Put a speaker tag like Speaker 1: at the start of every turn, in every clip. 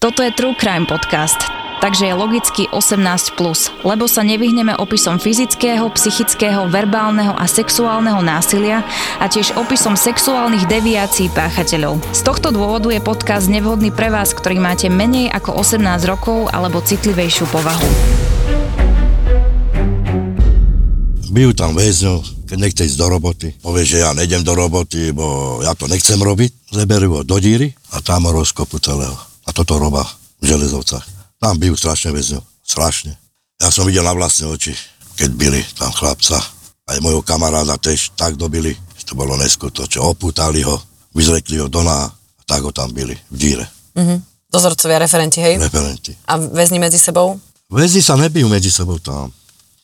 Speaker 1: Toto je True Crime Podcast, takže je logicky 18+, plus, lebo sa nevyhneme opisom fyzického, psychického, verbálneho a sexuálneho násilia a tiež opisom sexuálnych deviácií páchateľov. Z tohto dôvodu je podcast nevhodný pre vás, ktorý máte menej ako 18 rokov alebo citlivejšiu povahu.
Speaker 2: Bijú tam väzňov, keď nechce ísť do roboty. Povie, že ja nejdem do roboty, bo ja to nechcem robiť. Zeberú ho do díry a tam ho rozkopu celého. A toto roba v železovcach. Tam bijú strašne väzňov. Strašne. Ja som videl na vlastné oči, keď byli tam chlapca. Aj mojho kamaráda tiež tak dobili, že to bolo neskutočné. Opútali ho, vyzrekli ho do náha a tak ho tam byli v díre.
Speaker 3: Hm? Dozorcovia, referenti, hej?
Speaker 2: Referenti.
Speaker 3: A väzni medzi sebou?
Speaker 2: Väzni sa nebijú medzi sebou tam.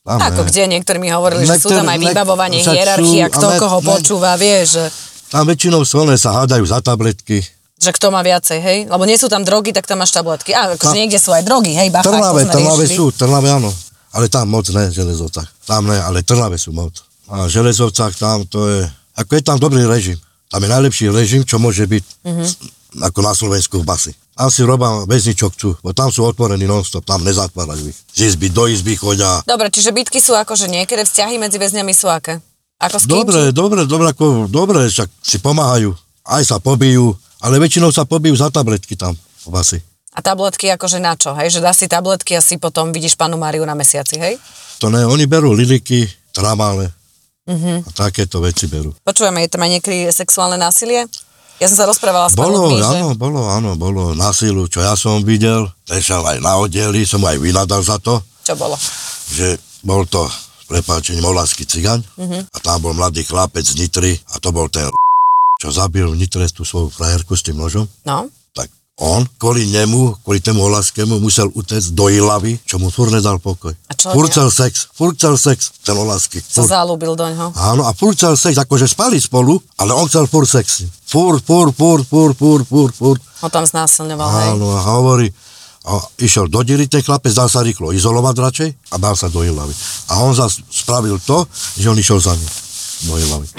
Speaker 2: tam
Speaker 3: Ako
Speaker 2: ne.
Speaker 3: kde, niektorí mi hovorili, že sú
Speaker 2: Niektorí-
Speaker 3: tam aj
Speaker 2: niek-
Speaker 3: vybavovanie,
Speaker 2: však sú,
Speaker 3: hierarchia, kto
Speaker 2: ale-
Speaker 3: koho
Speaker 2: ne-
Speaker 3: počúva, vie, že,
Speaker 2: Tam väčšinou solné sa hádajú za tabletky.
Speaker 3: že kto má viacej, hej? Lebo nie sú tam drogy, tak tam máš tabletky. A akože
Speaker 2: Tam-
Speaker 3: niekde sú aj drogy, hej, bacha,
Speaker 2: Trnave,
Speaker 3: ako sme
Speaker 2: Trnave
Speaker 3: riešili.
Speaker 2: sú, Trnave áno. Ale tam moc ne, železovcach. Tam ne, ale Trnave sú moc. A železovcach tam to je, ako je tam dobrý režim. Tam je najlepší režim, čo môže byť
Speaker 3: Mhm.
Speaker 2: mm-hmm. ako na Slovensku v basi. Tam si robám väzni, čo chcú, bo tam sú otvorení non-stop, tam nezatvárajú ich. Z izby do izby chodia.
Speaker 3: Dobre, čiže bitky sú akože niekedy, vzťahy medzi väzňami sú aké? Ako s kým?
Speaker 2: Dobre, dobre, dobre, ako, dobre, však si pomáhajú. Aj sa pobijú, ale väčšinou sa pobijú za tabletky tam v basi.
Speaker 3: A tabletky akože na čo, hej? Že dá si tabletky a si potom vidíš panu Máriu na mesiaci, hej?
Speaker 2: To ne, oni berú liliky, tramále
Speaker 3: Mhm.
Speaker 2: mm-hmm. a takéto veci berú.
Speaker 3: Počujeme, je tam aj niekedy sexuálne násilie? Ja som sa rozprávala s
Speaker 2: Bolo,
Speaker 3: pani že...
Speaker 2: áno, bolo, áno, bolo násilu, čo ja som videl, ležal aj na oddeli, som aj vynadal za to,
Speaker 3: Čo bolo?
Speaker 2: že bol to, prepáčením, molavský cigaň
Speaker 3: Mhm.
Speaker 2: a tam bol mladý chlapec z Nitry a to bol ten čo zabil v Nitre tú svoju frajerku s tým nožom,
Speaker 3: No?
Speaker 2: tak on kvôli nemu, kvôli tomu Olaskému musel utecť do Ilavy, čo mu furt nedal pokoj.
Speaker 3: A čo
Speaker 2: Furt
Speaker 3: ne-
Speaker 2: chcel sex, furt chcel sex, ten Olasky.
Speaker 3: Sa
Speaker 2: furt.
Speaker 3: zalúbil do ňoho.
Speaker 2: Áno, a furt chcel sex, akože spali spolu, ale on chcel furt sex. Furt, furt, furt, furt, furt, furt, furt.
Speaker 3: Ho tam znásilňoval, hej?
Speaker 2: Áno, a hovorí, a išiel do díry ten chlapec, dal sa rýchlo izolovať radšej a dal sa do Ilavy. A on zas spravil to, že on išiel za ním do Ilavy.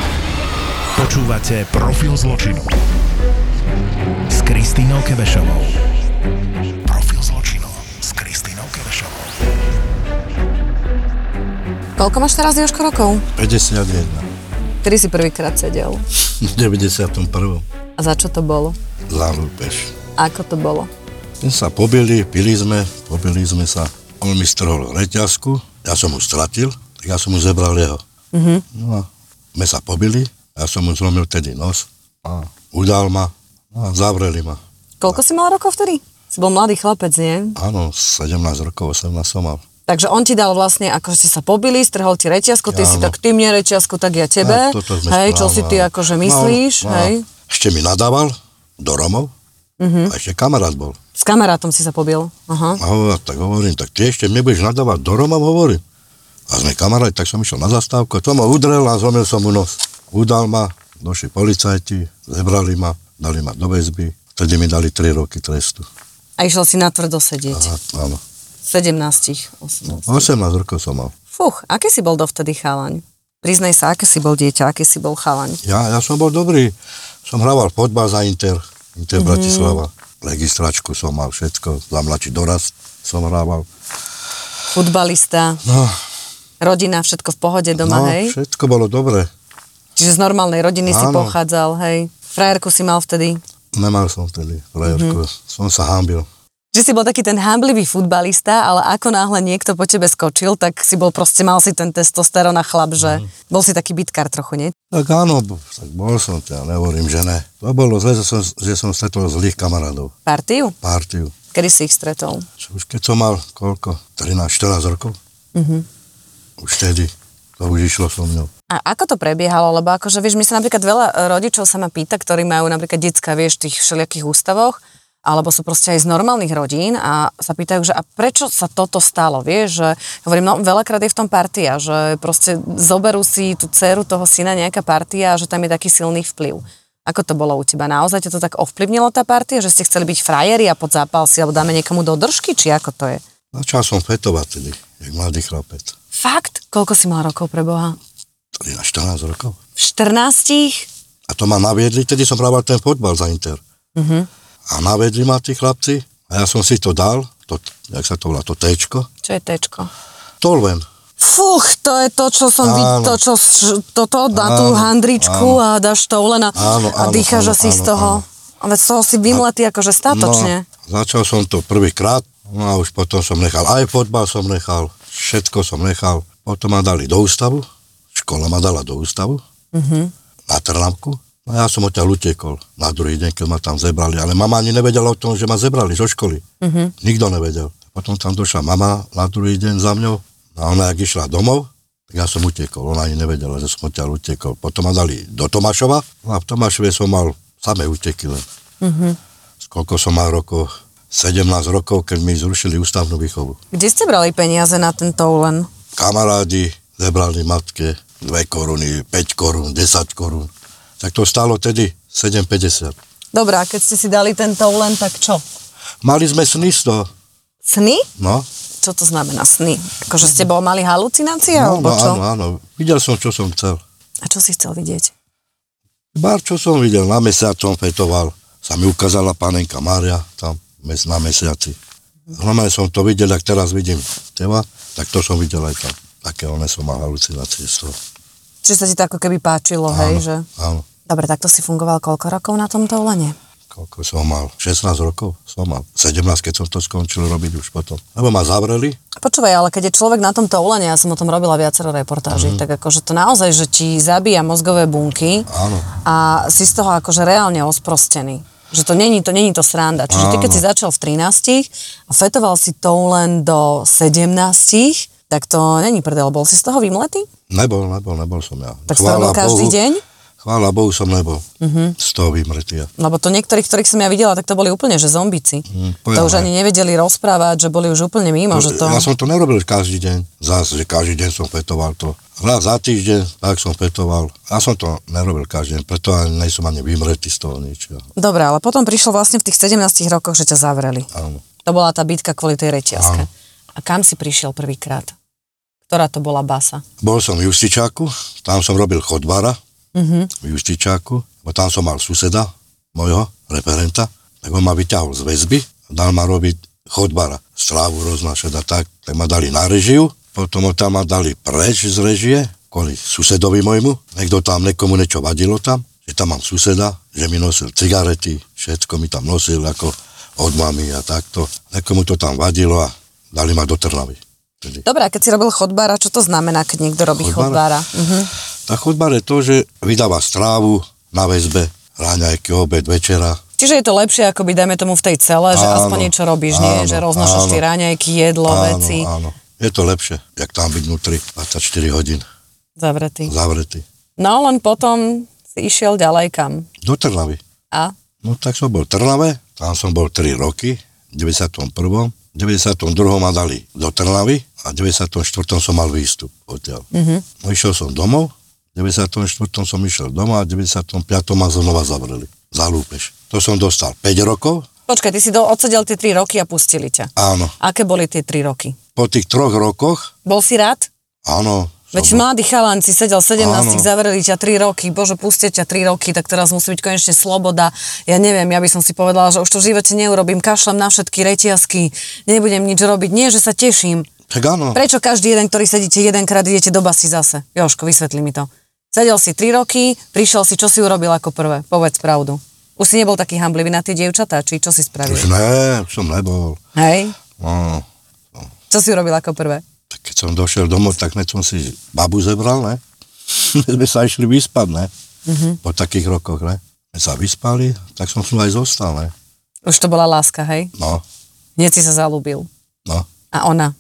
Speaker 4: Počúvate Profil zločinu s Kristínou Kebešovou. Profil zločinu s Kristínou Kebešovou.
Speaker 3: Koľko máš teraz, Joško, rokov?
Speaker 2: 51,
Speaker 3: Kedy si prvýkrát sedel?
Speaker 2: v 91.
Speaker 3: A za čo to bolo?
Speaker 2: za lúpež.
Speaker 3: A ako to bolo?
Speaker 2: My sa pobili, pili sme, pobili sme sa. On mi strhol reťazku, ja som mu stratil, tak ja som mu zebral jeho. Mm-hmm. No a sme sa pobili, ja som mu zlomil tedy nos a udal ma no a zavreli ma.
Speaker 3: Koľko si mal rokov vtedy? Si bol mladý chlapec, nie?
Speaker 2: Áno, 17 rokov, 18 som mal.
Speaker 3: Takže on ti dal vlastne, ako ste sa pobili, strhol ti reťazku, ty si
Speaker 2: Áno.
Speaker 3: tak ty mne reťazku, tak ja tebe.
Speaker 2: A toto sme
Speaker 3: hej, čo
Speaker 2: správne,
Speaker 3: si ty
Speaker 2: áno.
Speaker 3: akože myslíš,
Speaker 2: No, no.
Speaker 3: hej? Mhm.
Speaker 2: Ešte mi nadával do Romov, uh-huh. a ešte kamarát bol.
Speaker 3: S kamarátom si sa pobil. Aha.
Speaker 2: A hovor, tak hovorím, tak ty ešte mne budeš nadávať do Romov, hovorím. A sme kamaráti, tak som išiel na zastávku, to ma udrel a zlomil som mu nos. Udal ma, došli policajti, zebrali ma, dali ma do väzby, vtedy mi dali 3 roky trestu.
Speaker 3: A išiel si na tvrdo sedieť.
Speaker 2: A, áno.
Speaker 3: 17, 18.
Speaker 2: 18 rokov som mal.
Speaker 3: Fuch, aký si bol dovtedy chalaň? Priznaj sa, aké si bol dieťa, aký si bol chalaň.
Speaker 2: Ja, ja som bol dobrý. Som hrával fotbal za Inter, Inter
Speaker 3: Mhm.
Speaker 2: mm-hmm. Bratislava. Registračku som mal všetko, za mladší dorast som hrával.
Speaker 3: Futbalista,
Speaker 2: No,
Speaker 3: rodina, všetko v pohode doma,
Speaker 2: no
Speaker 3: hej?
Speaker 2: všetko bolo dobre.
Speaker 3: Čiže z normálnej rodiny si
Speaker 2: Áno.
Speaker 3: pochádzal, hej. Frajerku si mal vtedy.
Speaker 2: Nemal som vtedy
Speaker 3: Mhm.
Speaker 2: frajerku, mm-hmm. som sa hámbil.
Speaker 3: Že si bol taký ten hamblivý futbalista, ale ako náhle niekto po tebe skočil, tak si bol proste, mal si ten testosterón a chlap, že bol si taký bitkár trochu, nie?
Speaker 2: Tak áno, b- tak bol som, to ja nehovorím, že ne. To bolo zle, že som, že som stretol zlých kamarátov,
Speaker 3: Partiu?
Speaker 2: partiu.
Speaker 3: Kedy si ich stretol?
Speaker 2: Čo Už keď som mal, koľko, 13-14 rokov?
Speaker 3: Mhm.
Speaker 2: Mm-hmm. Už vtedy, to už išlo so mnou.
Speaker 3: A ako to prebiehalo? Lebo akože, vieš, my sa napríklad veľa e, rodičov sa ma pýta, ktorí majú napríklad decka, vieš, v tých všelijakých ústavoch, alebo sú proste aj z normálnych rodín a sa pýtajú, že a prečo sa toto stalo, vieš, že hovorím, no veľakrát je v tom partia, že proste zoberú si tú dceru toho syna nejaká partia a že tam je taký silný vplyv. Ako to bolo u teba? Naozaj ťa to tak ovplyvnilo tá partia, že ste chceli byť frajeri a pod zápal si, alebo dáme niekomu do držky, či ako to je?
Speaker 2: Začal som fetovať tedy, jak mladý chlapec.
Speaker 3: Fakt? Koľko si mal rokov pre Boha?
Speaker 2: 13-14 rokov.
Speaker 3: V 14?
Speaker 2: A to ma naviedli, tedy som hrával ten fotbal za Inter. Mm-hmm. A naviedli ma tí chlapci, a A ja som si to dal, to, jak sa to volá, to tečko,
Speaker 3: Čo je tečko?
Speaker 2: tolven.
Speaker 3: Fuch, to je to, čo som vid-
Speaker 2: Áno.
Speaker 3: to, čo, š- toto na tú
Speaker 2: Áno,
Speaker 3: handričku a dáš to len a,
Speaker 2: Áno,
Speaker 3: a
Speaker 2: áno,
Speaker 3: dýcháš
Speaker 2: áno,
Speaker 3: asi z
Speaker 2: áno, no.
Speaker 3: toho. Ale z toho si vymletý akože statočne.
Speaker 2: začal som to prvýkrát, no a už potom som nechal, aj fotbal som nechal, všetko som nechal. Potom ma dali do ústavu, škola ma dala do ústavu, na Trnavku. No a ja som odtiaľ utekol na druhý deň, keď ma tam zebrali. Ale mama ani nevedela o tom, že ma zebrali zo školy. Nikto nevedel. Potom tam došla mama na druhý deň za mňou no a ona, jak išla domov, tak ja som utekol. Ona ani nevedela, že som odtiaľ utekol. Potom ma dali do Tomášova no a v Tomášove som mal samé uteky len. Koľko som mal rokov? 17 rokov, keď mi zrušili ústavnú výchovu.
Speaker 3: Kde ste brali peniaze na ten toulen?
Speaker 2: Kamarádi zebrali matke 2 koruny, 5 korún, 10 korún. Tak to stálo tedy 7,50.
Speaker 3: Dobre, a keď ste si dali ten toulen, tak čo?
Speaker 2: Mali sme sny z toho,
Speaker 3: Sny?
Speaker 2: no.
Speaker 3: Čo to znamená sny? Akože ste bol mali halucinácie,
Speaker 2: No,
Speaker 3: alebo
Speaker 2: no
Speaker 3: čo?
Speaker 2: áno, áno. Videl som, čo som chcel.
Speaker 3: A čo si chcel vidieť?
Speaker 2: Bar, čo som videl, na mesiacom fetoval. Sa mi ukázala panenka Mária tam mes, na mesiaci. Normálne som to videl, ak teraz vidím teba, tak to som videl aj tam. Také one som mal halucinácie z toho.
Speaker 3: Čiže sa ti to ako keby páčilo, hej, že?
Speaker 2: Áno.
Speaker 3: Dobre, takto si fungoval koľko rokov na tom toulene?
Speaker 2: koľko som mal, 16 rokov som mal, 17, keď som to skončil robiť už potom. Lebo ma zavreli,
Speaker 3: Počúvaj, ale keď je človek na tom toulene, ja som o tom robila viacero
Speaker 2: Mhm.
Speaker 3: reportáží, mm. tak akože to naozaj, že ti zabíja mozgové bunky
Speaker 2: Áno.
Speaker 3: a si z toho akože reálne osprostený. Že to není, to není to sranda. Čiže ty, keď si začal v 13 a fetoval si toulen do 17, tak to není prdel. Bol si z toho vymletý?
Speaker 2: nebol, nebol, nebol som ja.
Speaker 3: Tak si to robil každý
Speaker 2: Bohu,
Speaker 3: deň? Mhm.
Speaker 2: Chvála Bohu som nebol. Uh-huh. Z toho vymretia.
Speaker 3: Lebo to niektorých, ktorých som ja videla, tak to boli úplne, že zombici.
Speaker 2: Mm,
Speaker 3: to
Speaker 2: poviem,
Speaker 3: už
Speaker 2: hej.
Speaker 3: ani nevedeli rozprávať, že boli už úplne mimo, že to...
Speaker 2: Ja som to nerobil každý deň. Zás, že každý deň som fetoval to. Raz za týždeň, tak som fetoval. Ja som to nerobil každý deň, preto ani nejsom ani vymretý z toho niečo.
Speaker 3: Dobre, ale potom prišlo vlastne v tých 17 rokoch, že ťa zavreli.
Speaker 2: Áno.
Speaker 3: To bola tá bitka kvôli tej reťazke.
Speaker 2: Áno.
Speaker 3: A kam si prišiel prvýkrát? Ktorá to bola basa?
Speaker 2: Bol som v Justičáku, tam som robil chodbára v Justičáku, bo tam som mal suseda, mojho referenta, tak on ma vyťahol z väzby, dal ma robiť chodbára, strávu roznášať a tak, tak ma dali na režiu, potom ho tam ma dali preč z režie, kvôli susedovi môjmu, niekto tam niekomu niečo vadilo tam, že tam mám suseda, že mi nosil cigarety, všetko mi tam nosil ako od mami a takto. Niekomu to tam vadilo a dali ma do Trnavy. Tedy.
Speaker 3: Dobre, a keď si robil chodbára, čo to znamená, keď niekto robí chodbára?
Speaker 2: Chodbára?
Speaker 3: Mhm.
Speaker 2: Tá chodba je to, že vydáva strávu na väzbe, ráňajky, obed, večera.
Speaker 3: Čiže je to lepšie, ako by, dajme tomu, v tej cele, že
Speaker 2: Áno,
Speaker 3: aspoň niečo robíš,
Speaker 2: áno,
Speaker 3: nie? Že roznošaš
Speaker 2: áno.
Speaker 3: tie ráňajky, jedlo, veci,
Speaker 2: áno. Je to lepšie, jak tam byť vnútri 24 hodín
Speaker 3: zavretý.
Speaker 2: zavretý.
Speaker 3: No, len potom si išiel ďalej kam.
Speaker 2: Do Trnavy.
Speaker 3: A?
Speaker 2: No tak som bol v Trnave, tam som bol 3 roky, v 91. V 92. ma dali do Trnavy a v 94. som mal výstup odtiaľ. No išiel som domov, v 94. som išiel domov a v 95. ma znova zavreli. Za lúpež. To som dostal 5 rokov,
Speaker 3: Počkaj, ty si do, odsedel tie 3 roky a pustili ťa.
Speaker 2: áno.
Speaker 3: Aké boli tie 3 roky?
Speaker 2: po tých troch rokoch,
Speaker 3: Bol si rád?
Speaker 2: áno,
Speaker 3: Veď
Speaker 2: som-
Speaker 3: mladý chalan, si sedel 17,
Speaker 2: Áno.
Speaker 3: zavreli ťa 3 roky, bože, pustia ťa 3 roky, tak teraz musí byť konečne sloboda. Ja neviem, ja by som si povedala, že už to v živote neurobím, kašlem na všetky reťazky, nebudem nič robiť, nie, že sa teším.
Speaker 2: tak áno,
Speaker 3: Prečo každý jeden, ktorý sedíte jedenkrát, idete do basy zase? Joško, vysvetli mi to. Sedel si 3 roky, prišiel si, čo si urobil ako prvé? Povedz pravdu. Už si nebol taký hamblivý na tie dievčatá, či čo si
Speaker 2: už
Speaker 3: spravil?
Speaker 2: ne, som nebol.
Speaker 3: Hej?
Speaker 2: No,
Speaker 3: Čo si urobil ako prvé?
Speaker 2: tak keď som došiel domov, tak hneď som si babu zebral, ne? My sme sa išli vyspať, ne?
Speaker 3: Mhm.
Speaker 2: Po takých rokoch, ne? My sa vyspali, tak som tu aj zostal, ne?
Speaker 3: Už to bola láska, hej?
Speaker 2: No,
Speaker 3: Hneď si sa zalúbil.
Speaker 2: no,
Speaker 3: A ona.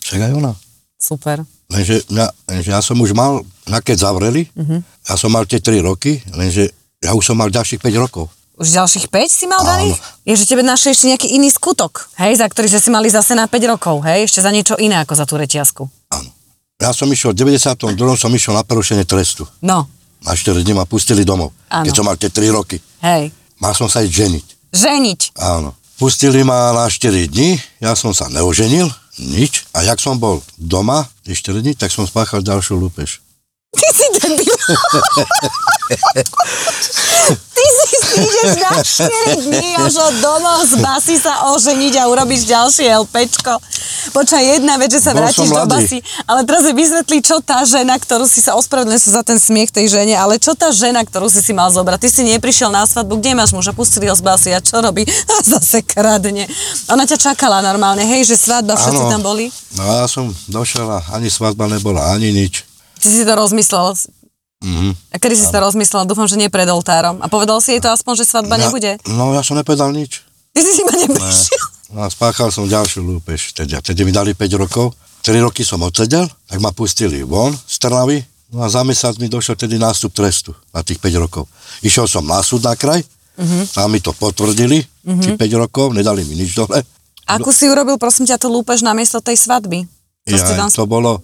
Speaker 2: však aj ona.
Speaker 3: Super.
Speaker 2: Lenže, mňa, lenže ja som už mal, na keď zavreli,
Speaker 3: Mhm.
Speaker 2: ja som mal tie 3 roky, lenže ja už som mal ďalších 5 rokov.
Speaker 3: Už ďalších 5 si mal
Speaker 2: Áno.
Speaker 3: daných? Je, že tebe našli ešte nejaký iný skutok, hej, za ktorý ste si mali zase na 5 rokov, hej, ešte za niečo iné ako za tú reťazku.
Speaker 2: Áno. Ja som išiel, v 92. som išiel na prerušenie trestu.
Speaker 3: No,
Speaker 2: Na 4 dní ma pustili domov,
Speaker 3: Áno.
Speaker 2: keď som mal tie 3 roky.
Speaker 3: hej,
Speaker 2: Mal som sa ísť ženiť,
Speaker 3: ženiť.
Speaker 2: áno. Pustili ma na 4 dní, ja som sa neoženil, nič. A jak som bol doma tie 4 dní, tak som spáchal ďalšiu lúpež.
Speaker 3: Ty si debil. Ty si ideš na 4 dní až od domov z basy sa oženiť a urobíš ďalšie LPčko. Počkaj, jedna vec, že sa
Speaker 2: Bol
Speaker 3: vrátiš
Speaker 2: som
Speaker 3: do
Speaker 2: mladý.
Speaker 3: basy, ale teraz si vysvetlí, čo tá žena, ktorú si sa ospravedlňuje sa za ten smiech tej žene, ale čo tá žena, ktorú si si mal zobrať. Ty si neprišiel na svadbu, kde máš muža, pustili ho z basy a čo robí? A zase kradne. Ona ťa čakala normálne, hej, že svadba, všetci
Speaker 2: Áno.
Speaker 3: tam boli.
Speaker 2: No a ja som došiel a ani svadba nebola, ani nič.
Speaker 3: Ty si to rozmyslel.
Speaker 2: Mhm.
Speaker 3: A kedy si si to rozmyslel? Dúfam, že nie pred oltárom. A povedal si jej to aspoň, že svadba
Speaker 2: Ja-
Speaker 3: nebude.
Speaker 2: No ja som nepovedal nič.
Speaker 3: Ty si ma neprišiel.
Speaker 2: No a spáchal som ďalšiu lúpež. Teda, tedy mi dali 5 rokov. 3 roky som odsedel, tak ma pustili von z Trnavy. No a za mesiac mi došiel tedy nástup trestu na tých 5 rokov. Išiel som na súd na kraj,
Speaker 3: Mhm.
Speaker 2: tam mi to potvrdili, tých 5 rokov, nedali mi nič dole.
Speaker 3: Ako si urobil, prosím ťa, tú lúpež na miesto tej svadby? Čo ste tam...
Speaker 2: Ja,
Speaker 3: To...
Speaker 2: to, bolo,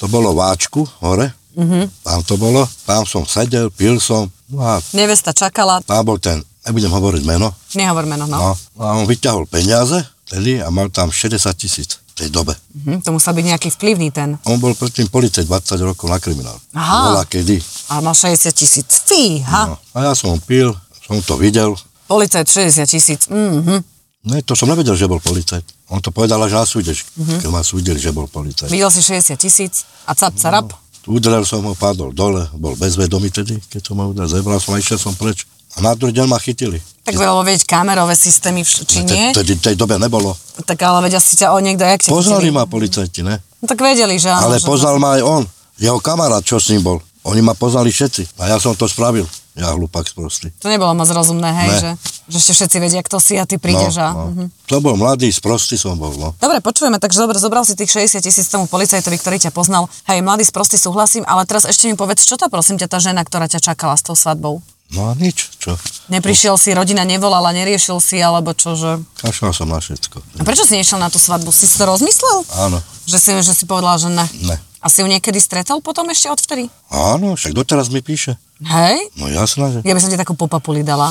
Speaker 2: to bolo váčku hore,
Speaker 3: Mhm.
Speaker 2: tam to bolo, tam som sedel, pil som, no a
Speaker 3: Nevesta čakala,
Speaker 2: tam bol ten, nebudem hovoriť meno,
Speaker 3: nehovor meno, no. no.
Speaker 2: no, a on vyťahol peniaze, tedy a mal tam 60 tisíc v tej dobe.
Speaker 3: Mhm, to musel byť nejaký vplyvný ten.
Speaker 2: On bol predtým policajt 20 rokov na kriminál.
Speaker 3: Aha.
Speaker 2: Bola kedy.
Speaker 3: A mal 60 tisíc. Fíha.
Speaker 2: No.
Speaker 3: No.
Speaker 2: A ja som pil, som to videl.
Speaker 3: Policajt 60 tisíc. Mhm.
Speaker 2: Ne, to som nevedel, že bol policajt. On to povedal až na súde,
Speaker 3: Mhm.
Speaker 2: mm-hmm. keď ma súdili, že bol policajt.
Speaker 3: Videl si 60 tisíc a cap
Speaker 2: No.
Speaker 3: carap.
Speaker 2: Udrel som ho, padol dole, bol bezvedomý tedy, keď som ho udrel, zebral som a išiel som preč. A na druhý deň ma chytili.
Speaker 3: Tak veľa vieť kamerové systémy, vš- či nie?
Speaker 2: Te- Tedy v tej dobe nebolo.
Speaker 3: Tak ale vedia si ťa o niekto, jak ťa
Speaker 2: Poznali
Speaker 3: chytili.
Speaker 2: ma policajti, ne?
Speaker 3: No, tak vedeli, že áno.
Speaker 2: Ale
Speaker 3: že...
Speaker 2: poznal ma aj on. Jeho kamarát, čo s ním bol. Oni ma poznali všetci. A ja som to spravil. Ja hlupák sprostý.
Speaker 3: To nebolo moc rozumné, hej,
Speaker 2: Ne.
Speaker 3: že, že ešte všetci vedia, kto si a ty prídeš a... Mhm.
Speaker 2: no, no. To bol mladý, sprostý som bol, no.
Speaker 3: Dobre, počujeme, takže dobre, zobral si tých 60 tisíc tomu policajtovi, ktorý ťa poznal. Hej, mladý, sprostý, súhlasím, ale teraz ešte mi povedz, čo tá prosím ťa tá žena, ktorá ťa čakala s tou svadbou?
Speaker 2: No a nič, čo?
Speaker 3: Neprišiel si, rodina nevolala, neriešil si, alebo čože?
Speaker 2: Kašľal som na všetko.
Speaker 3: A prečo si nešiel na tú svadbu? Si si to rozmyslel?
Speaker 2: Áno,
Speaker 3: Že si, že si povedala, že ne.
Speaker 2: Ne.
Speaker 3: A si ju niekedy stretol potom ešte odvtedy?
Speaker 2: áno, však doteraz mi píše.
Speaker 3: Hej?
Speaker 2: No jasná, že
Speaker 3: Ja by som ti takú popapuli dala.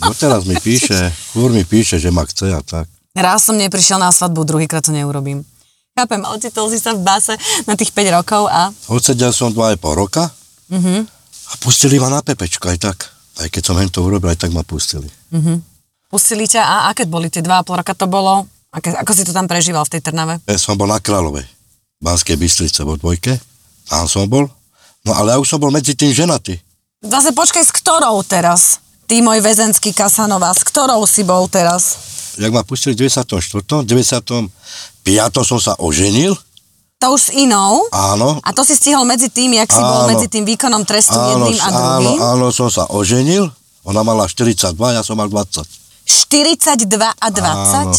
Speaker 2: doteraz mi píše, fúr mi píše, že ma chce a tak.
Speaker 3: Raz som neprišiel na svadbu, druhýkrát to neurobím. Chápem, ocitol si sa v base na tých 5 rokov a
Speaker 2: Odsedel som dva aj pol roka a pustili ma na pepečko aj tak. Aj keď som hen to urobil, aj tak ma pustili.
Speaker 3: pustili ťa a aké boli tie 2,5 roka to bolo? Aké, ako si to tam prežíval v tej Trnave?
Speaker 2: Ja som bol na Kráľovej, v Banskej Bystrice vo dvojke. Tam som bol. No ale ja už som bol medzi tým ženatý.
Speaker 3: Zase počkaj, s ktorou teraz? Ty môj väzenský Kasanova, s ktorou si bol teraz?
Speaker 2: Jak ma pustili v 94. 95. som sa oženil.
Speaker 3: To už s inou?
Speaker 2: Áno,
Speaker 3: A to si stihol medzi tým, jak si bol
Speaker 2: Áno.
Speaker 3: medzi tým výkonom trestu jedným a
Speaker 2: áno,
Speaker 3: druhým?
Speaker 2: áno, som sa oženil, ona mala 42, ja som mal 20.
Speaker 3: 42 a 20?
Speaker 2: Áno.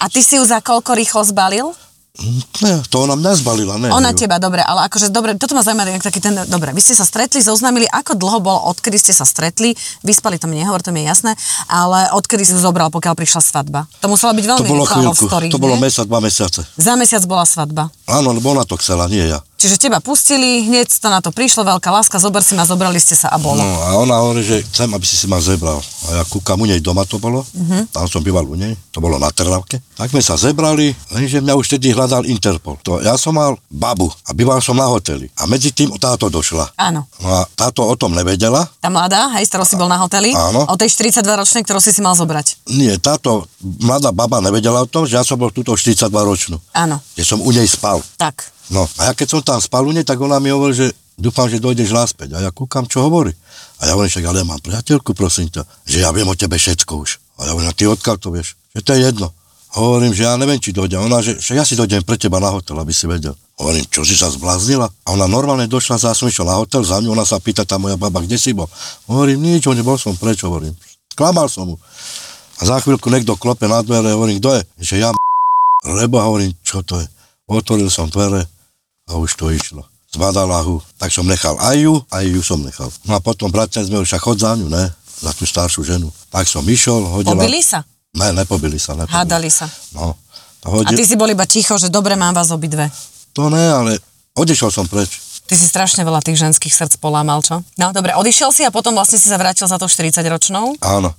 Speaker 3: A ty si ju za koľko rýchlo zbalil?
Speaker 2: Hm, Ne, to ona mňa zbalila, ne?
Speaker 3: Ona
Speaker 2: ju.
Speaker 3: teba, dobre, ale akože, dobre, toto ma zaujíma, jak taký ten, dobre, vy ste sa stretli, zoznamili, ako dlho bol, odkedy ste sa stretli, vyspali, to mi nehovor, to mi je jasné, ale odkedy si ju zobral, pokiaľ prišla svadba. To musela byť veľmi
Speaker 2: To bolo
Speaker 3: rýchla love
Speaker 2: chvíľku,
Speaker 3: story,
Speaker 2: to bolo
Speaker 3: nie?
Speaker 2: mesiac, dva mesiace.
Speaker 3: Za mesiac bola svadba.
Speaker 2: Áno, lebo ona to chcela, nie ja.
Speaker 3: Čiže teba pustili, hneď to na to prišlo, veľká láska, zober si ma, zobrali ste sa a
Speaker 2: No
Speaker 3: bolo.
Speaker 2: a ona hovorí, že chcem, aby si si ma zebral. A ja kúkam u nej doma to bolo,
Speaker 3: Mhm.
Speaker 2: tam som býval u nej, to bolo na Trnavke. Tak sme sa zebrali, lenže mňa už vtedy hľadal Interpol. To, ja som mal babu a býval som na hoteli. A medzi tým táto došla.
Speaker 3: Áno.
Speaker 2: No a táto o tom nevedela,
Speaker 3: Tá mladá, hej, s ktorou si bol na hoteli,
Speaker 2: Áno.
Speaker 3: o tej 42-ročnej, ktorú si si mal zobrať.
Speaker 2: Nie, táto mladá baba nevedela o tom, že ja som bol túto 42 ročnú,
Speaker 3: Áno,
Speaker 2: že som u nej spal.
Speaker 3: tak.
Speaker 2: No a ja keď som tam spal u nej, tak ona mi hovorí, že dúfam, že dojdeš naspäť. A ja kúkam, čo hovorí. A ja hovorím, však ale ja mám priateľku, prosím ťa, že ja viem o tebe všetko už. A ja hovorím, a ty odkiaľ to vieš? Že to je jedno. Hovorím, že ja neviem, či dojde. A Ona, že však ja si dojdem pre teba na hotel, aby si vedel. Hovorím, čo si sa zbláznila? A ona normálne došla, za som išiel na hotel, za mňa ona sa pýta, tá moja baba, kde si bol? Hovorím, nič, nebol som preč, hovorím. Klamal som mu. A za chvíľku niekto klope na dvere, hovorím, kto je? Že ja lebo hovorím, čo to je. Otvoril som dvere a už to išlo. Zbadala ho, tak som nechal aj ju, aj ju som nechal. No a potom bratne sme však chod za ňu, ne? Za tú staršiu ženu. Tak som išiel, hodila...
Speaker 3: Pobili sa,
Speaker 2: Ne, nepobili sa, nepobili.
Speaker 3: hádali sa.
Speaker 2: No. To,
Speaker 3: A
Speaker 2: hodil...
Speaker 3: ty si bol iba ticho, že dobre, mám vás obidve.
Speaker 2: to ne, ale odišiel som preč.
Speaker 3: Ty si strašne veľa tých ženských srdc polámal, čo? No, dobre, odišiel si a potom vlastne si sa vrátil za tou 40-ročnou
Speaker 2: Áno.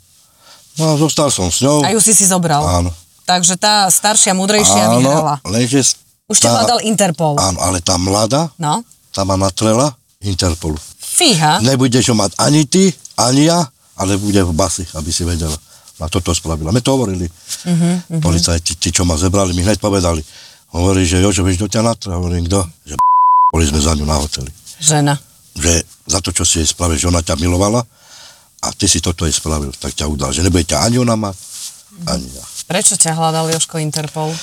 Speaker 2: No a zostal som s ňou.
Speaker 3: a ju si si zobral.
Speaker 2: Áno.
Speaker 3: Takže tá staršia, mudrejšia
Speaker 2: Áno,
Speaker 3: vyhrala.
Speaker 2: lenže...
Speaker 3: Už ťa hľadal Interpol.
Speaker 2: Áno, ale tá mladá,
Speaker 3: No,
Speaker 2: tá ma natrela Interpolu.
Speaker 3: Fíha.
Speaker 2: Nebudeš ho mať ani ty, ani ja, ale bude v basi, aby si vedela. A toto spravila. My to hovorili. Uh-huh, uh-huh. Policajti, tí, čo ma zebrali, mi hneď povedali. Hovorí, že Jožo, vieš, do ťa natra? Hovorím, kto? Že boli sme za ňu na hoteli.
Speaker 3: Žena.
Speaker 2: Že za to, čo si jej spravil, že ona ťa milovala a ty si toto jej spravil, tak ťa udal. Že nebude ťa ani ona mať, ani ja.
Speaker 3: Prečo ťa hľadal Joško Interpol?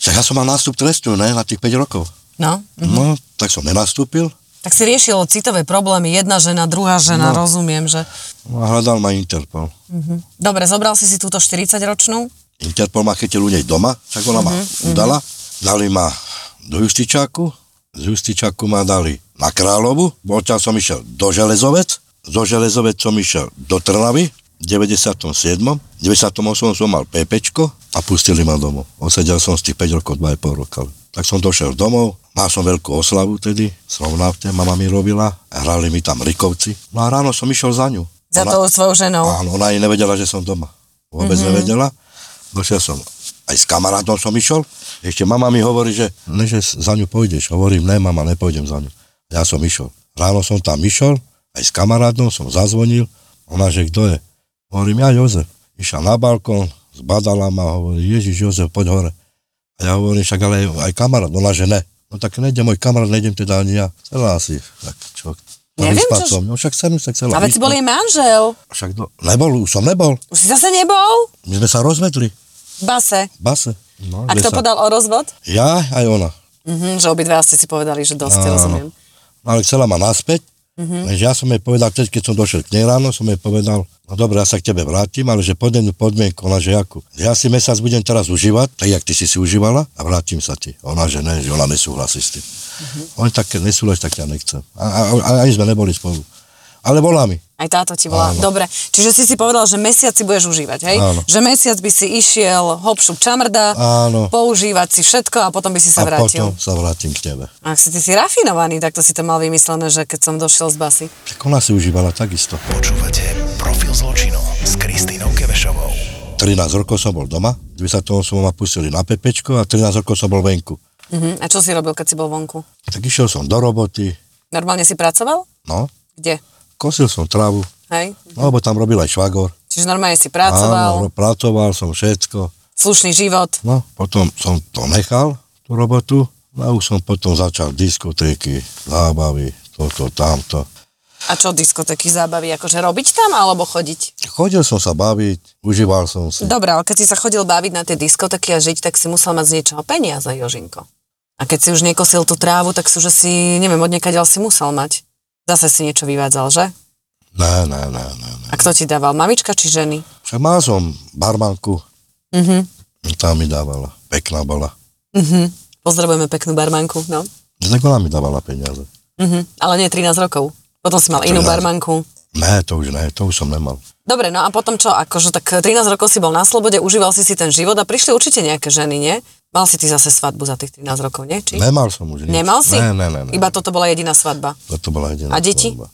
Speaker 2: Však ja som mal nástup trestu, ne, na tých 5 rokov.
Speaker 3: No. Hm.
Speaker 2: No, tak som nenastúpil
Speaker 3: Tak si riešil citové problémy. Jedna žena, druhá žena, rozumiem, že...
Speaker 2: no a hľadal ma Interpol.
Speaker 3: Dobre, zobral si si túto 40-ročnú?
Speaker 2: Interpol ma chytil u nej doma, tak ona
Speaker 3: Mhm,
Speaker 2: ma udala. Dali ma do Justičáku, z Justičáku ma dali na Královu, odtiaľ som išiel do Železovec, zo Železovec som išiel do Trnavy, v 97. 98. som mal PPčko a pustili ma domov. Osedel som z tých 5 rokov, 2,5 roka. Tak som došiel domov, mal som veľkú oslavu tedy, slovnávte, mama mi robila, hrali mi tam Rikovci. No a ráno som išiel za ňu.
Speaker 3: Za
Speaker 2: Ona-
Speaker 3: tou svojou ženou.
Speaker 2: Áno, ona ani nevedela, že som doma. Vôbec
Speaker 3: Mhm.
Speaker 2: mm-hmm. nevedela. Došiel som. Aj s kamarátom som išiel. Ešte mama mi hovorí, že ne, že za ňu pôjdeš. Hovorím, ne, mama, nepôjdem za ňu. Ja som išiel. Ráno som tam išiel, aj s kamarátom som zazvonil. Ona, že kto je? Hovorím, ja Jozef. Išiel na balkón, zbadala ma, hovorí, Ježiš Jozef, poď hore. A ja hovorím, však ale aj, aj kamarát, ona, že ne. No tak nejde môj kamarát, nejdem teda ani ja. Chcela asi, tak čo.
Speaker 3: Neviem,
Speaker 2: vyspať
Speaker 3: čo-
Speaker 2: som. No však chcem, tak chcela.
Speaker 3: A veď si
Speaker 2: vyspať.
Speaker 3: bol jej manžel.
Speaker 2: Však no, nebol, už som nebol.
Speaker 3: Už si zase nebol?
Speaker 2: My sme sa rozvedli v
Speaker 3: V base.
Speaker 2: base. No,
Speaker 3: A
Speaker 2: kde
Speaker 3: kto
Speaker 2: sa...
Speaker 3: podal o rozvod?
Speaker 2: Ja aj ona.
Speaker 3: Mhm, že obidva ste si povedali, že dosť,
Speaker 2: Áno.
Speaker 3: rozumiem.
Speaker 2: No, ale chcela ma naspäť,
Speaker 3: Mhm.
Speaker 2: mm-hmm. lenže ja som jej povedal, teď, keď som došiel k nej ráno, som jej povedal, no dobre, ja sa k tebe vrátim, ale že pod jednu podmienku, ona že jakú. Ja si mesiac budem teraz užívať, tak jak ty si si užívala a vrátim sa ti. Ona že ne, že ona nesúhlasí s tým.
Speaker 3: Mhm.
Speaker 2: Mm-hmm. On tak keď nesúhlasí, tak ja nechcem. A, a, a ani sme neboli spolu. Ale volá mi.
Speaker 3: Aj táto ti bola. Dobre. Čiže si si povedal, že mesiac si budeš užívať, hej?
Speaker 2: Áno.
Speaker 3: Že mesiac by si išiel hopšup čamrda,
Speaker 2: Áno.
Speaker 3: používať si všetko a potom by si sa
Speaker 2: A potom
Speaker 3: vrátil.
Speaker 2: sa vrátim k tebe.
Speaker 3: Ak si ty si rafinovaný, tak to si to mal vymyslené, že keď som došiel z basy.
Speaker 2: Tak ona si užívala takisto.
Speaker 4: Počúvate Profil zločinu s Kristínou Kevešovou.
Speaker 2: 13 rokov som bol doma, 28 ma pustili na pepečko a 13 rokov som bol venku.
Speaker 3: Mhm. A čo si robil, keď si bol vonku?
Speaker 2: Tak išiel som do roboty,
Speaker 3: Normálne si pracoval?
Speaker 2: no,
Speaker 3: Kde?
Speaker 2: kosil som travu,
Speaker 3: Hej?
Speaker 2: no, lebo tam robil aj švagor.
Speaker 3: Čiže normálne si pracoval,
Speaker 2: Áno, ro- pracoval som všetko.
Speaker 3: slušný život.
Speaker 2: No, potom som to nechal, tú robotu, no a už som potom začal diskotéky, zábavy, toto, tamto.
Speaker 3: A čo diskotéky zábavy, akože robiť tam alebo chodiť?
Speaker 2: Chodil som sa baviť, užíval som si.
Speaker 3: Dobre, ale keď si sa chodil baviť na tie diskotéky a žiť, tak si musel mať z niečoho peniaze, Jožinko. A keď si už nekosil tú trávu, tak sú, že si, neviem, od niekaď si musel mať. Zase si niečo vyvádzal, že?
Speaker 2: Ne, ne, ne, ne, ne.
Speaker 3: A kto ti dával, mamička či ženy?
Speaker 2: Však mal som barmanku,
Speaker 3: Mhm,
Speaker 2: tá mi dávala, pekná bola.
Speaker 3: mhm. Pozdravujeme peknú barmanku, no.
Speaker 2: Tak ona mi dávala peniaze.
Speaker 3: Mhm. Ale nie 13 rokov. Potom si mal inú
Speaker 2: 13.
Speaker 3: barmanku.
Speaker 2: Ne, to už ne, to už som nemal.
Speaker 3: Dobre, no a potom čo, akože tak 13 rokov si bol na slobode, užíval si si ten život a prišli určite nejaké ženy, nie? Mal si ty zase svadbu za tých 13 rokov, nie? Či?
Speaker 2: Nemal som už nič.
Speaker 3: Nemal si?
Speaker 2: Ne, ne, ne. ne.
Speaker 3: Iba toto bola jediná svadba.
Speaker 2: Toto bola jediná
Speaker 3: A deti?
Speaker 2: svadba.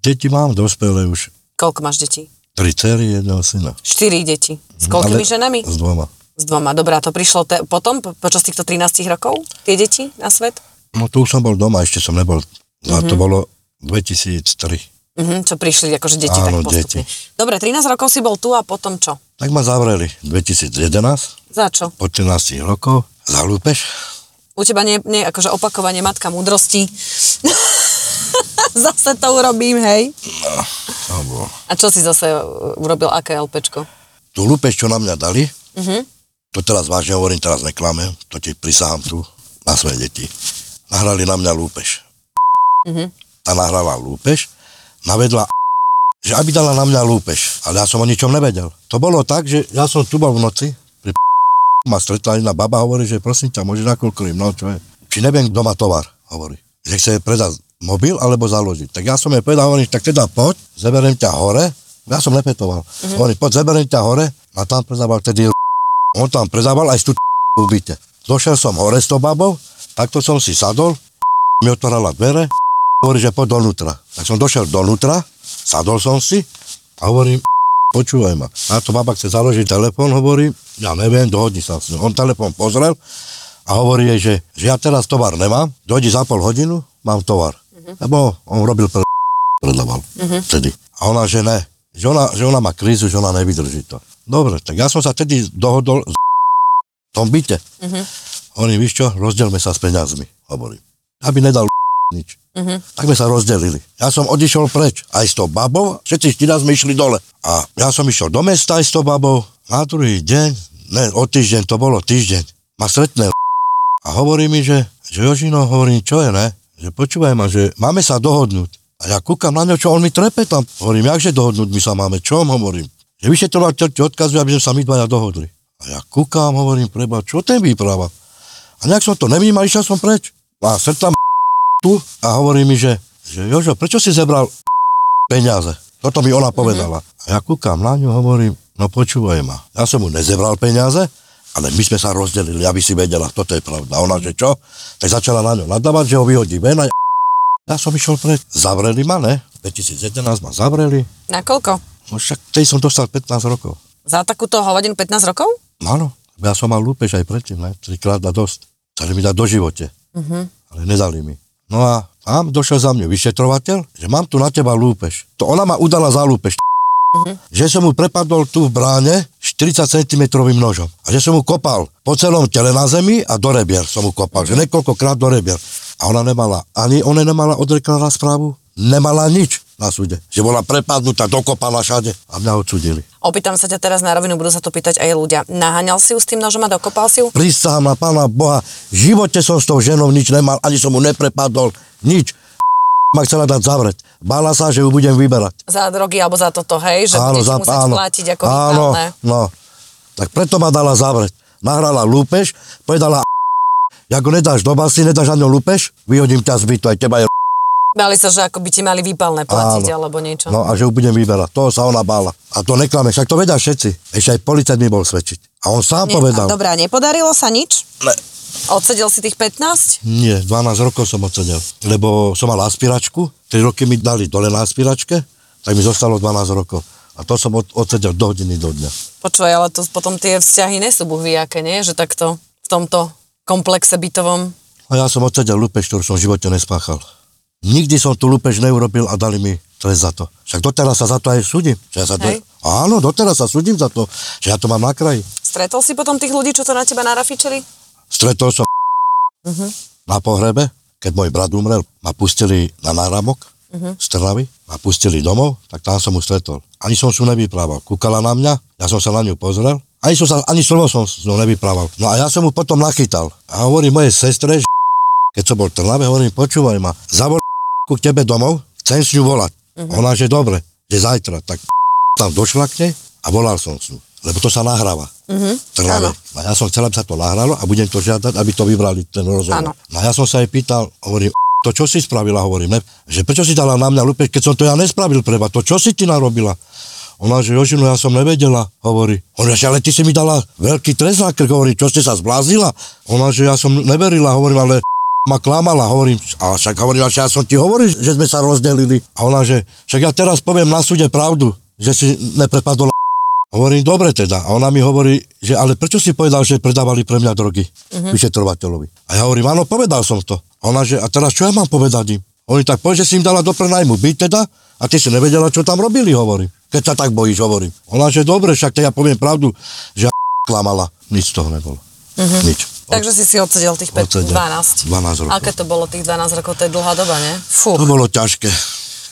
Speaker 2: Deti mám dospelé už.
Speaker 3: Koľko máš detí?
Speaker 2: Tri cery, jedného syna.
Speaker 3: 4 deti. S koľkými
Speaker 2: Ale-
Speaker 3: ženami?
Speaker 2: S dvoma.
Speaker 3: S dvoma. Dobrá, to prišlo te- potom, po- počas týchto 13 rokov, tie deti na svet?
Speaker 2: No tu už som bol doma, ešte som nebol. A to bolo 2003.
Speaker 3: Mhm, čo prišli akože deti
Speaker 2: Áno,
Speaker 3: tak postupne. Dobre, 13 rokov si bol tu a potom čo?
Speaker 2: Tak ma zavreli 2011,
Speaker 3: Za čo?
Speaker 2: po 13 rokov, za lúpež.
Speaker 3: U teba nie, nie akože opakovanie matka múdrosti. zase to urobím, hej.
Speaker 2: To bolo.
Speaker 3: A čo si zase uh, urobil, aké LPčko?
Speaker 2: Tú lúpež, čo na mňa dali, to teraz vážne hovorím, teraz neklamem, to ti prisahám tu na svoje deti. Nahrali na mňa lúpež. Tá nahrala lúpež, navedla že aby dala na mňa lúpež, ale ja som o ničom nevedel. To bolo tak, že ja som tu bol v noci, pri ma stretla jedna baba, hovorí, že prosím ťa, môžeš na koľko im, no čo je. Či neviem, kto má tovar, hovorí. Že chce predať mobil alebo založiť. Tak ja som jej povedal, hovorím, tak teda poď, zeberiem ťa hore. Ja som nepetoval. Mm-hmm. Hovorím, poď, zeberiem ťa hore. A tam predával tedy on tam predával aj tú v byte. Došiel som hore s tou babou, takto som si sadol, mi otvorala dvere, hovorí, že poď donútra. Tak som došiel donútra, sadol som si a hovorím, počúvaj ma. A to baba chce založiť telefón, hovorí, ja neviem, dohodni sa s ňou. On telefón pozrel a hovorí jej, že, že ja teraz tovar nemám, dojdi za pol hodinu, mám tovar. Lebo on robil pre predával vtedy. A ona, že ne, že ona, že ona má krízu, že ona nevydrží to. Dobre, tak ja som sa vtedy dohodol s v tom byte. Oni, víš čo, rozdelme sa s peniazmi, hovorím. Aby nedal nič. Tak sme sa rozdelili. Ja som odišiel preč, aj s tou babou, všetci štyria sme išli dole. A ja som išiel do mesta aj s tou babou. Na druhý deň, ne, o týždeň, to bolo týždeň, ma stretne a hovorí mi, že, že Jožino, hovorím, čo je, ne? Že počúvaj ma, že máme sa dohodnúť. A ja kúkam na ňo, čo on mi trepe tam. Hovorím, jakže dohodnúť my sa máme, čom hovorím? Že vyšetrovateľ ti odkazuje, aby sme sa my dvaja dohodli. A ja kúkam, hovorím, preba, čo ten výprava? A nejak som to nevnímal, išiel som preč. A srdcam tu a hovorí mi, že, že Jožo, prečo si zebral peniaze? Toto mi ona povedala. A ja kúkam na ňu, hovorím, no počúvaj ma, ja som mu nezebral peniaze, ale my sme sa rozdelili, aby si vedela, toto je pravda. Ona, že čo? Tak začala na ňu nadávať, že ho vyhodí ven a ja som išiel pred. Zavreli ma, ne? 2011 ma zavreli.
Speaker 3: Na koľko?
Speaker 2: No však tej som dostal 15 rokov.
Speaker 3: Za takúto hovadinu 15 rokov?
Speaker 2: Áno, ja som mal lúpež aj predtým, ne? trikrát a dosť. Chceli mi dať do živote, uh-huh. ale nedali mi. No a tam došiel za mňa vyšetrovateľ, že mám tu na teba lúpež. To ona ma udala za lúpež. Uh-huh. Že som mu prepadol tu v bráne 40 cm nožom. A že som mu kopal po celom tele na zemi a do rebier som mu kopal. Že niekoľkokrát do rebier. A ona nemala, ani ona nemala odreklaná správu, nemala nič na súde. Že bola prepadnutá, dokopaná všade a mňa odsudili.
Speaker 3: Opýtam sa ťa teraz na rovinu, budú sa to pýtať aj ľudia. Naháňal si ju s tým nožom a dokopal si ju?
Speaker 2: Prisahám na pána Boha, v živote som s tou ženou nič nemal, ani som mu neprepadol, nič. Ma chcela dať zavrieť. Bála sa, že ju budem vyberať.
Speaker 3: Za drogy alebo za toto, hej? Že budeš
Speaker 2: za-
Speaker 3: musieť platiť ako
Speaker 2: áno,
Speaker 3: výpalné.
Speaker 2: no. Tak preto ma dala zavrieť. Nahrala lúpež, povedala ako nedáš do basy, nedáš na ňo lúpež, vyhodím ťa z bytu, aj teba je
Speaker 3: Bali sa, že ako by ti mali výpalné platiť alebo niečo.
Speaker 2: No a že ju budem vyberať. Toho sa ona bála. A to neklame, však to vedia všetci. Ešte aj policajt mi bol svedčiť. A on sám
Speaker 3: Nie,
Speaker 2: povedal.
Speaker 3: a dobrá, nepodarilo sa nič?
Speaker 2: Ne.
Speaker 3: Odsedel si tých 15?
Speaker 2: Nie, 12 rokov som odsedel, lebo som mal aspiračku, 3 roky mi dali dole na aspiračke, tak mi zostalo 12 rokov. A to som od, odsedel do hodiny do dňa.
Speaker 3: Počúvaj, ale to potom tie vzťahy nesú buhvijaké, nie? Že takto v tomto komplexe bytovom.
Speaker 2: A ja som odsedel lúpež, ktorú som v živote nespáchal. Nikdy som tu lúpež neurobil a dali mi trest za to. Však doteraz sa za to aj súdim. Že ja sa do...
Speaker 3: Hej.
Speaker 2: Áno, doteraz sa súdim za to, že ja to mám na kraji.
Speaker 3: Stretol si potom tých ľudí, čo to na teba narafičili?
Speaker 2: Stretol som uh-huh. na pohrebe, keď môj brat umrel, ma pustili na náramok uh-huh. z Trnavy, ma pustili domov, tak tam som mu stretol. Ani som su nevyprával. Kúkala na mňa, ja som sa na ňu pozrel, ani, som sa, ani slovo som s ňou nevyprával. No a ja som mu potom nachytal. A hovorím mojej sestre, že keď som bol v Trnave, hovorím, počúvaj ma, zavol ku tebe domov, chcem s ňu volať. Uh-huh. Ona, že dobre, že zajtra. Tak tam došla k nej a volal som s ňou, lebo to sa nahráva. Uh-huh. Trnave. A ja som chcel, aby sa to nahralo a budem to žiadať, aby to vybrali ten rozhovor.
Speaker 3: Áno.
Speaker 2: No a ja som sa jej pýtal, hovorím, to čo si spravila, hovorím, ne? že prečo si dala na mňa lúpež, keď som to ja nespravil preba, to čo si ty narobila? Ona, že Jožino, ja som nevedela, hovorí. Ona, že ale ty si mi dala veľký trest na krk, hovorí, čo ste sa zblázila? Ona, že ja som neverila, hovorím, ale ma klamala, hovorím, a však hovorila, že ja som ti hovoril, že sme sa rozdelili. A ona, že však ja teraz poviem na súde pravdu, že si neprepadol Hovorím, dobre teda. A ona mi hovorí, že ale prečo si povedal, že predávali pre mňa drogy uh-huh. vyšetrovateľovi? A ja hovorím, áno, povedal som to. A ona, že a teraz čo ja mám povedať im? Oni tak povedz, že si im dala do prenajmu byť teda a ty si nevedela, čo tam robili, hovorím. Keď sa tak bojíš, hovorím. Ona, že dobre, však teda ja poviem pravdu, že klamala. Nič z toho nebolo. Uh-huh. Nič.
Speaker 3: Takže si si odsedel tých 5,
Speaker 2: Odsedel.
Speaker 3: 12.
Speaker 2: 12 rokov.
Speaker 3: Aké to bolo tých 12 rokov? To je dlhá doba, nie? Fú.
Speaker 2: To bolo ťažké.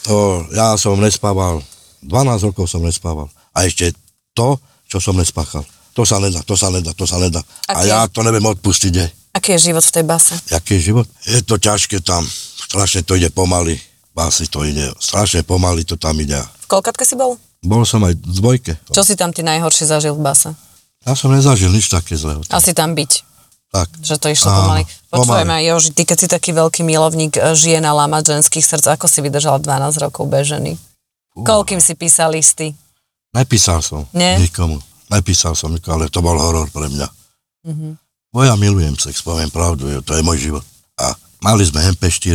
Speaker 2: To, ja som nespával, 12 rokov som nespával. A ešte to, čo som nespáchal. To sa nedá, to sa nedá, to sa nedá. A,
Speaker 3: A ty-
Speaker 2: ja to neviem odpustiť. Je.
Speaker 3: Aký je život v tej base?
Speaker 2: Jaký je život? Je to ťažké tam, strašne to ide pomaly. Asi to ide, strašne pomaly to tam ide.
Speaker 3: V koľkatke si bol?
Speaker 2: Bol som aj v dvojke.
Speaker 3: Čo si tam ty najhoršie zažil v base?
Speaker 2: Ja som nezažil nič také zlého. tam.
Speaker 3: Asi tam byť.
Speaker 2: Tak.
Speaker 3: že to išlo
Speaker 2: Áno,
Speaker 3: pomaly.
Speaker 2: pomaly.
Speaker 3: Počujem aj Joži, ty keď si taký veľký milovník e, žien a lama ženských srdc, ako si vydržal 12 rokov bežený? Koľkým si písal listy?
Speaker 2: Nepísal som
Speaker 3: Nie?
Speaker 2: nikomu. Nepísal som nikomu, ale to bol horor pre mňa. Mm-hmm. Bo ja milujem sex, poviem pravdu, jo, to je môj život. A mali sme MP4,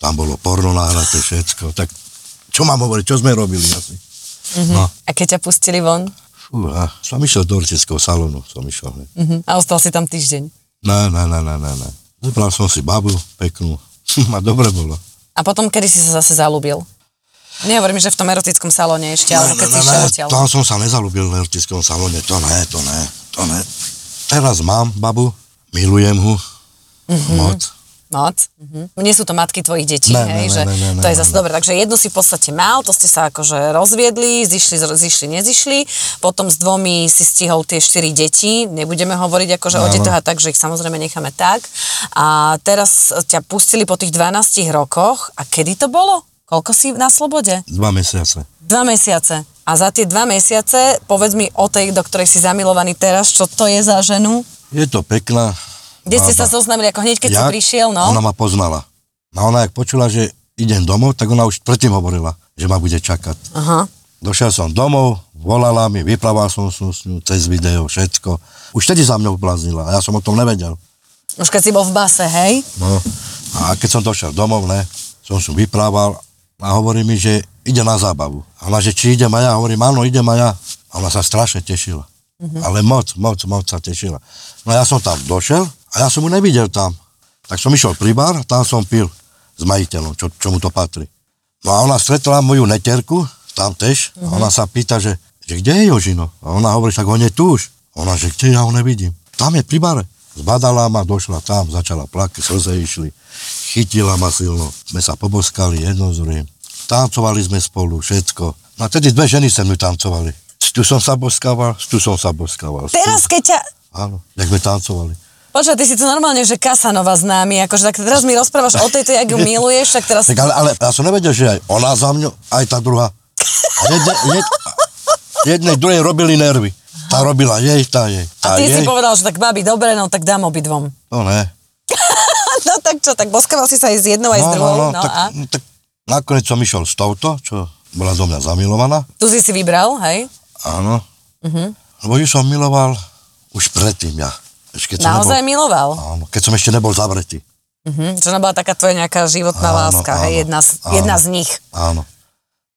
Speaker 2: tam bolo porno nahraté všetko, tak čo mám hovoriť, čo sme robili asi? Mm-hmm. No,
Speaker 3: A keď ťa pustili von?
Speaker 2: fúha, som išiel do určického salónu, som išiel. hneď.
Speaker 3: Mhm. A ostal si tam týždeň.
Speaker 2: Ne, ne, ne, ne, ne, ne. Zobral som si babu peknú a dobre bolo.
Speaker 3: A potom, kedy si sa zase zalúbil? Nehovorím, že v tom erotickom salóne ešte, alebo keď si išiel odtiaľ.
Speaker 2: tam som sa nezalúbil v erotickom salóne, to ne, to ne, to ne. Teraz mám babu, milujem ho,
Speaker 3: Mhm.
Speaker 2: mm-hmm. moc.
Speaker 3: Moc. Mhm. Nie sú to matky tvojich detí,
Speaker 2: Ne, ne, ne,
Speaker 3: hej? že
Speaker 2: ne, ne,
Speaker 3: to je
Speaker 2: ne,
Speaker 3: zase
Speaker 2: ne.
Speaker 3: dobre. Takže jednu si v podstate mal, to ste sa akože rozviedli, zišli, zro- zišli, nezišli. Potom s dvomi si stihol tie štyri deti. Nebudeme hovoriť akože o
Speaker 2: Áno.
Speaker 3: detoch a tak, že ich samozrejme necháme tak. A teraz ťa pustili po tých 12 rokoch. A kedy to bolo? Koľko si na slobode?
Speaker 2: Dva mesiace.
Speaker 3: Dva mesiace. A za tie dva mesiace povedz mi o tej, do ktorej si zamilovaný teraz, čo to je za ženu?
Speaker 2: Je to pekná.
Speaker 3: Kde ste sa
Speaker 2: bába.
Speaker 3: zoznámili, ako hneď keď si
Speaker 2: Ja-
Speaker 3: prišiel, no?
Speaker 2: Ona ma poznala. A ona, jak počula, že idem domov, tak ona už predtým hovorila, že ma bude čakať.
Speaker 3: Aha.
Speaker 2: Došiel som domov, volala mi, vyplával som s ňou cez video, všetko. Už vtedy za mňou bláznila a ja som o tom nevedel.
Speaker 3: Už keď si bol v base, hej?
Speaker 2: No. A keď som došiel domov, ne, som si vyprával a hovorí mi, že ide na zábavu. A ona, že či idem a ja, hovorím, áno, idem a ja. A ona sa strašne tešila. Mm-hmm. Ale moc, moc, moc sa tešila. No ja som tam došiel a ja som mu nevidel tam. Tak som išiel pri bar, tam som pil s majiteľom, čo, čo mu to patrí. No a ona stretla moju neterku, tam tiež, mm-hmm. a ona sa pýta, že, že kde je Jožino? A ona hovorí, však on je tu už. Ona, že kde ja ho nevidím? Tam je pri bare. Zbadala ma, došla tam, začala plakať, slze išli. Chytila ma silno. Sme sa poboskali jedno z druhým. Tancovali sme spolu, všetko. No a tedy dve ženy se mnou tancovali. Tu som sa boskával, tu som sa boskával. s tu-
Speaker 3: Teraz, keď ťa...
Speaker 2: Áno, jak sme tancovali.
Speaker 3: Počkaj, ty si to normálne, že Kasanova známy, akože tak teraz mi rozprávaš o tejto, jak ju miluješ, tak teraz...
Speaker 2: Tak ale, ale ja som nevedel, že aj ona za mňa, aj tá druhá. A jedne, jed, jednej druhej robili nervy. Tá robila jej, tá jej. Tá
Speaker 3: A ty
Speaker 2: jej.
Speaker 3: si povedal, že tak babi, dobre, no tak dám obidvom.
Speaker 2: No ne.
Speaker 3: No tak čo, tak boskával si sa aj s jednou, aj s druhou, no,
Speaker 2: tak,
Speaker 3: a?
Speaker 2: no, tak nakoniec som išiel s touto, čo bola do mňa zamilovaná.
Speaker 3: Tu si si vybral, hej?
Speaker 2: Áno.
Speaker 3: Mhm.
Speaker 2: Uh-huh. Lebo ju som miloval už predtým ja. Ešte keď som
Speaker 3: Naozaj
Speaker 2: nebol,
Speaker 3: miloval.
Speaker 2: áno, keď som ešte nebol zavretý.
Speaker 3: Mhm. Čo ona bola taká tvoja nejaká životná
Speaker 2: Áno,
Speaker 3: láska,
Speaker 2: áno,
Speaker 3: hej? Jedna z,
Speaker 2: áno.
Speaker 3: jedna z nich.
Speaker 2: Áno.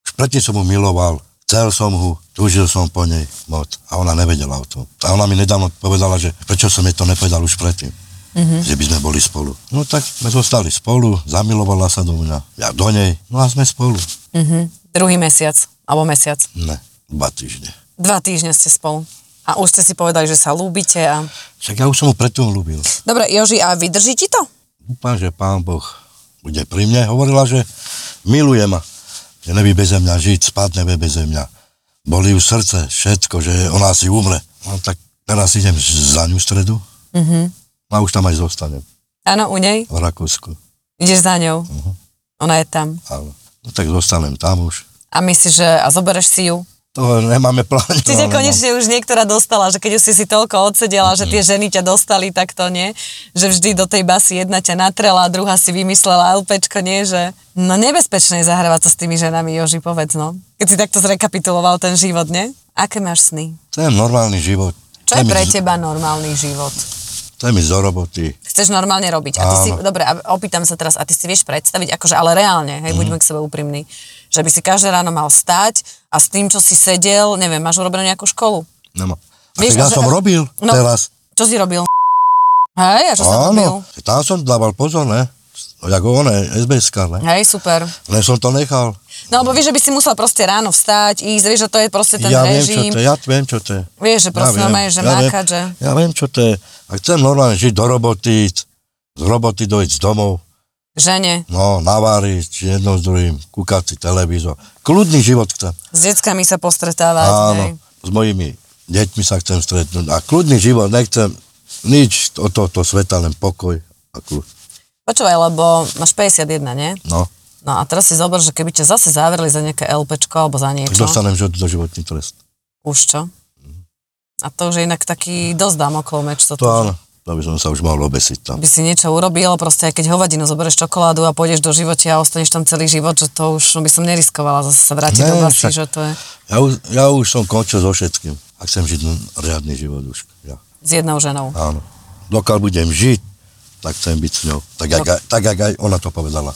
Speaker 2: Už predtým som ju miloval, chcel som ho, túžil som po nej moc a ona nevedela o tom. A ona mi nedávno povedala, že prečo som jej to nepovedal už predtým. Mm-hmm. že by sme boli spolu. No tak sme zostali spolu, zamilovala sa do mňa, ja do nej, no a sme spolu.
Speaker 3: Mhm. Druhý mesiac, alebo mesiac.
Speaker 2: Ne, dva týždne.
Speaker 3: Dva týždne ste spolu. A už ste si povedali, že sa ľúbite a...
Speaker 2: Však ja už som ho predtým ľúbil.
Speaker 3: Dobre, Joži, a vydrží ti to?
Speaker 2: Dúfam, že pán Boh bude pri mne. Hovorila, že miluje ma, že nevie bez mňa žiť, spať nevie bez mňa. Boli ju srdce, všetko, že ona si umre. No tak teraz idem z- za ňu v stredu
Speaker 3: Mhm.
Speaker 2: a už tam aj zostanem
Speaker 3: Áno, u nej?
Speaker 2: v Rakúsku.
Speaker 3: Ideš za ňou?
Speaker 2: Mhm.
Speaker 3: Ona je tam.
Speaker 2: Áno. No tak zostanem tam už.
Speaker 3: A myslíš, že a zobereš si ju?
Speaker 2: To nemáme No, plán.
Speaker 3: Ty ťa konečne už niektorá dostala, že keď už si si toľko odsedela, že tie ženy ťa dostali, tak to nie. Že vždy do tej basy jedna ťa natrela, druhá si vymyslela LPčko, nie, že... No nebezpečné je zahrávať sa s tými ženami, Joži, povedz no. Keď si takto zrekapituloval ten život, nie? Aké máš sny?
Speaker 2: To je normálny život.
Speaker 3: Čo
Speaker 2: mi
Speaker 3: je pre
Speaker 2: z-
Speaker 3: teba normálny život?
Speaker 2: To je mi zo roboty.
Speaker 3: Chceš normálne robiť. A ty si,
Speaker 2: Áno.
Speaker 3: dobre, a opýtam sa teraz, a ty si vieš predstaviť, akože ale reálne, hej, buďme k sebe úprimní, že by si každé ráno mal stať a s tým, čo si sedel, neviem, máš urobenú nejakú školu?
Speaker 2: Nemá. A
Speaker 3: Vieš,
Speaker 2: tak ja
Speaker 3: že-
Speaker 2: som robil
Speaker 3: no.
Speaker 2: teraz.
Speaker 3: Čo si robil? Hej, a čo som robil?
Speaker 2: Áno, tam som dával pozor, ne? Ako one, SBS-ka, ne?
Speaker 3: Hej, super.
Speaker 2: Len som to nechal.
Speaker 3: No, lebo vieš, že by si musel proste ráno vstať, ísť, vieš, že to je proste ten
Speaker 2: ja viem, čo
Speaker 3: režim.
Speaker 2: to je, ja viem, čo to je.
Speaker 3: Vieš, že proste
Speaker 2: ja
Speaker 3: normálne, že
Speaker 2: ja
Speaker 3: mákať, že...
Speaker 2: Ja viem, čo to je. A chcem normálne žiť do roboty, ísť z roboty dojsť domov,
Speaker 3: Žene,
Speaker 2: no, naváriť jedno s druhým, kúkať si televízor. Kľudný život chcem.
Speaker 3: s deckami sa postretávať, hej.
Speaker 2: Áno, s mojimi deťmi sa chcem stretnúť. A kľudný život, nechcem nič od tohto sveta, len pokoj a kľud.
Speaker 3: Počúvaj, lebo máš 51, nie?
Speaker 2: No,
Speaker 3: No a teraz si zober, že keby ťa zase zavreli za nejaké LPčko alebo za
Speaker 2: tak
Speaker 3: niečo.
Speaker 2: dostanem život do životný trest.
Speaker 3: Už čo? A to už je inak taký dosť dámoklov meč.
Speaker 2: To
Speaker 3: Toto,
Speaker 2: áno, to by som sa už mal obesiť tam.
Speaker 3: by si niečo urobil, proste aj keď hovadinu zoberieš čokoládu a pôjdeš do života a ostaneš tam celý život, že to už by som neriskovala zase sa vrátiť
Speaker 2: Ne,
Speaker 3: do basy,
Speaker 2: však-
Speaker 3: že to je
Speaker 2: Ja už, ja už som končil so všetkým a chcem žiť no, riadny život už. Ja,
Speaker 3: s jednou ženou.
Speaker 2: áno. Dokiaľ budem žiť, tak chcem byť s ňou. Tak, jak, aj- tak jak aj ona to povedala.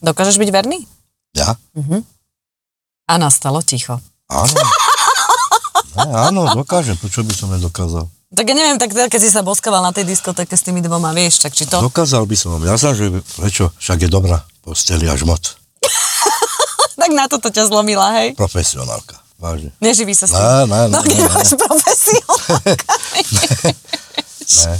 Speaker 3: Dokážeš byť verný?
Speaker 2: Ja?
Speaker 3: A nastalo ticho.
Speaker 2: Áno. Ne, áno, dokážem. Prečo by som nedokázal?
Speaker 3: Tak ja neviem, tak teda, keď si sa
Speaker 2: No.
Speaker 3: boskával na tej diskotéke s tými dvoma, vieš, tak či to...
Speaker 2: Dokázal by som. Ja sa, že prečo? Však je dobrá. posteli až moc.
Speaker 3: tak na toto ťa zlomila, hej?
Speaker 2: Profesionálka, vážne.
Speaker 3: Neživí sa s tým.
Speaker 2: Á, á, á, á,
Speaker 3: No,
Speaker 2: á.
Speaker 3: nemáš profesiu.
Speaker 2: Ne.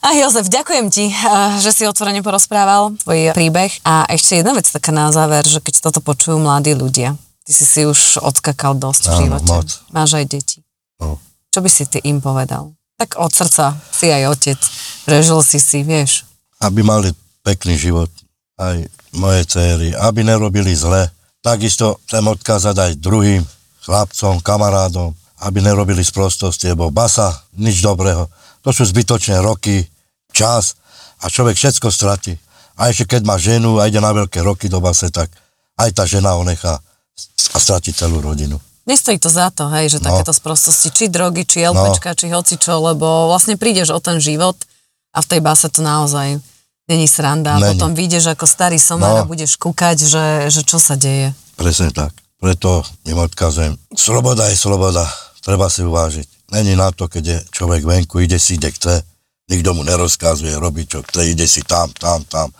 Speaker 3: A Jozef, ďakujem ti, eh, že si otvorene porozprával tvoj príbeh. A ešte jedna vec taká na záver, že keď toto počujú mladí ľudia, ty si si už odskakal dosť v
Speaker 2: Áno,
Speaker 3: živote.
Speaker 2: moc.
Speaker 3: Máš aj deti.
Speaker 2: No.
Speaker 3: Čo by si ty im povedal? Tak od srdca, si aj otec. Prežil si si, vieš.
Speaker 2: aby mali pekný život, aj moje céry, aby nerobili zle. Takisto chcem odkázať aj druhým chlapcom, kamarádom, aby nerobili sprostosti, lebo basa, nič dobrého. To sú zbytočné roky, čas a človek všetko stratí. A ešte keď má ženu a ide na veľké roky do base, tak aj tá žena ho nechá a stratí celú rodinu.
Speaker 3: Nestojí to za to, hej, že
Speaker 2: No.
Speaker 3: takéto sprostosti, či drogy, či LPčka, či hocičo, lebo vlastne prídeš o ten život a v tej base to naozaj není sranda. A
Speaker 2: Není.
Speaker 3: potom vyjdeš ako starý somár a
Speaker 2: No.
Speaker 3: budeš kúkať, že, že čo sa deje.
Speaker 2: Presne tak. Preto im odkazujem, sloboda je sloboda, treba si uvážiť. Není na to, keď je človek venku, ide si, kde chce, nikto mu nerozkazuje, robí čo chce, ide si tam, tam, tam.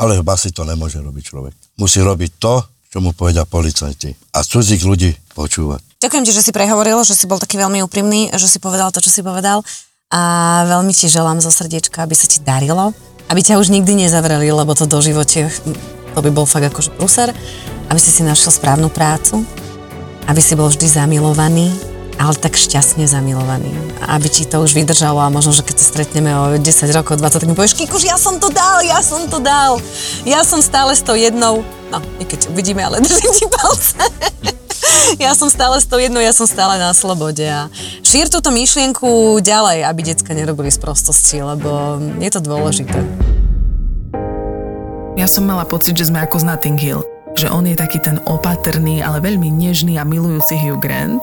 Speaker 2: Ale v basi to nemôže robiť človek. Musí robiť to, čo mu povedia policajti. A cudzích ľudí počúvať.
Speaker 3: Ďakujem ti, že si prehovoril, že si bol taký veľmi úprimný, že si povedal to, čo si povedal a veľmi ti želám zo srdiečka, aby sa ti darilo, aby ťa už nikdy nezavreli, lebo to do živote, to by bol fakt akože prúser, aby si si našiel správnu prácu, aby si bol vždy zamilovaný, ale tak šťastne zamilovaný. A aby ti to už vydržalo a možno, že keď sa stretneme o 10 rokov, 20, tak mi povieš, Kikuš, ja som to dal, ja som to dal, ja som stále s tou jednou, no, nie keď ťa uvidíme, ale držím ti palce. Ja som stále s tou jednou, ja som stále na slobode a šír túto myšlienku ďalej, aby decka nerobili sprostosti, lebo je to dôležité.
Speaker 5: Ja som mala pocit, že sme ako z Notting Hill. Že on je taký ten opatrný, ale veľmi nežný a milujúci Hugh Grant.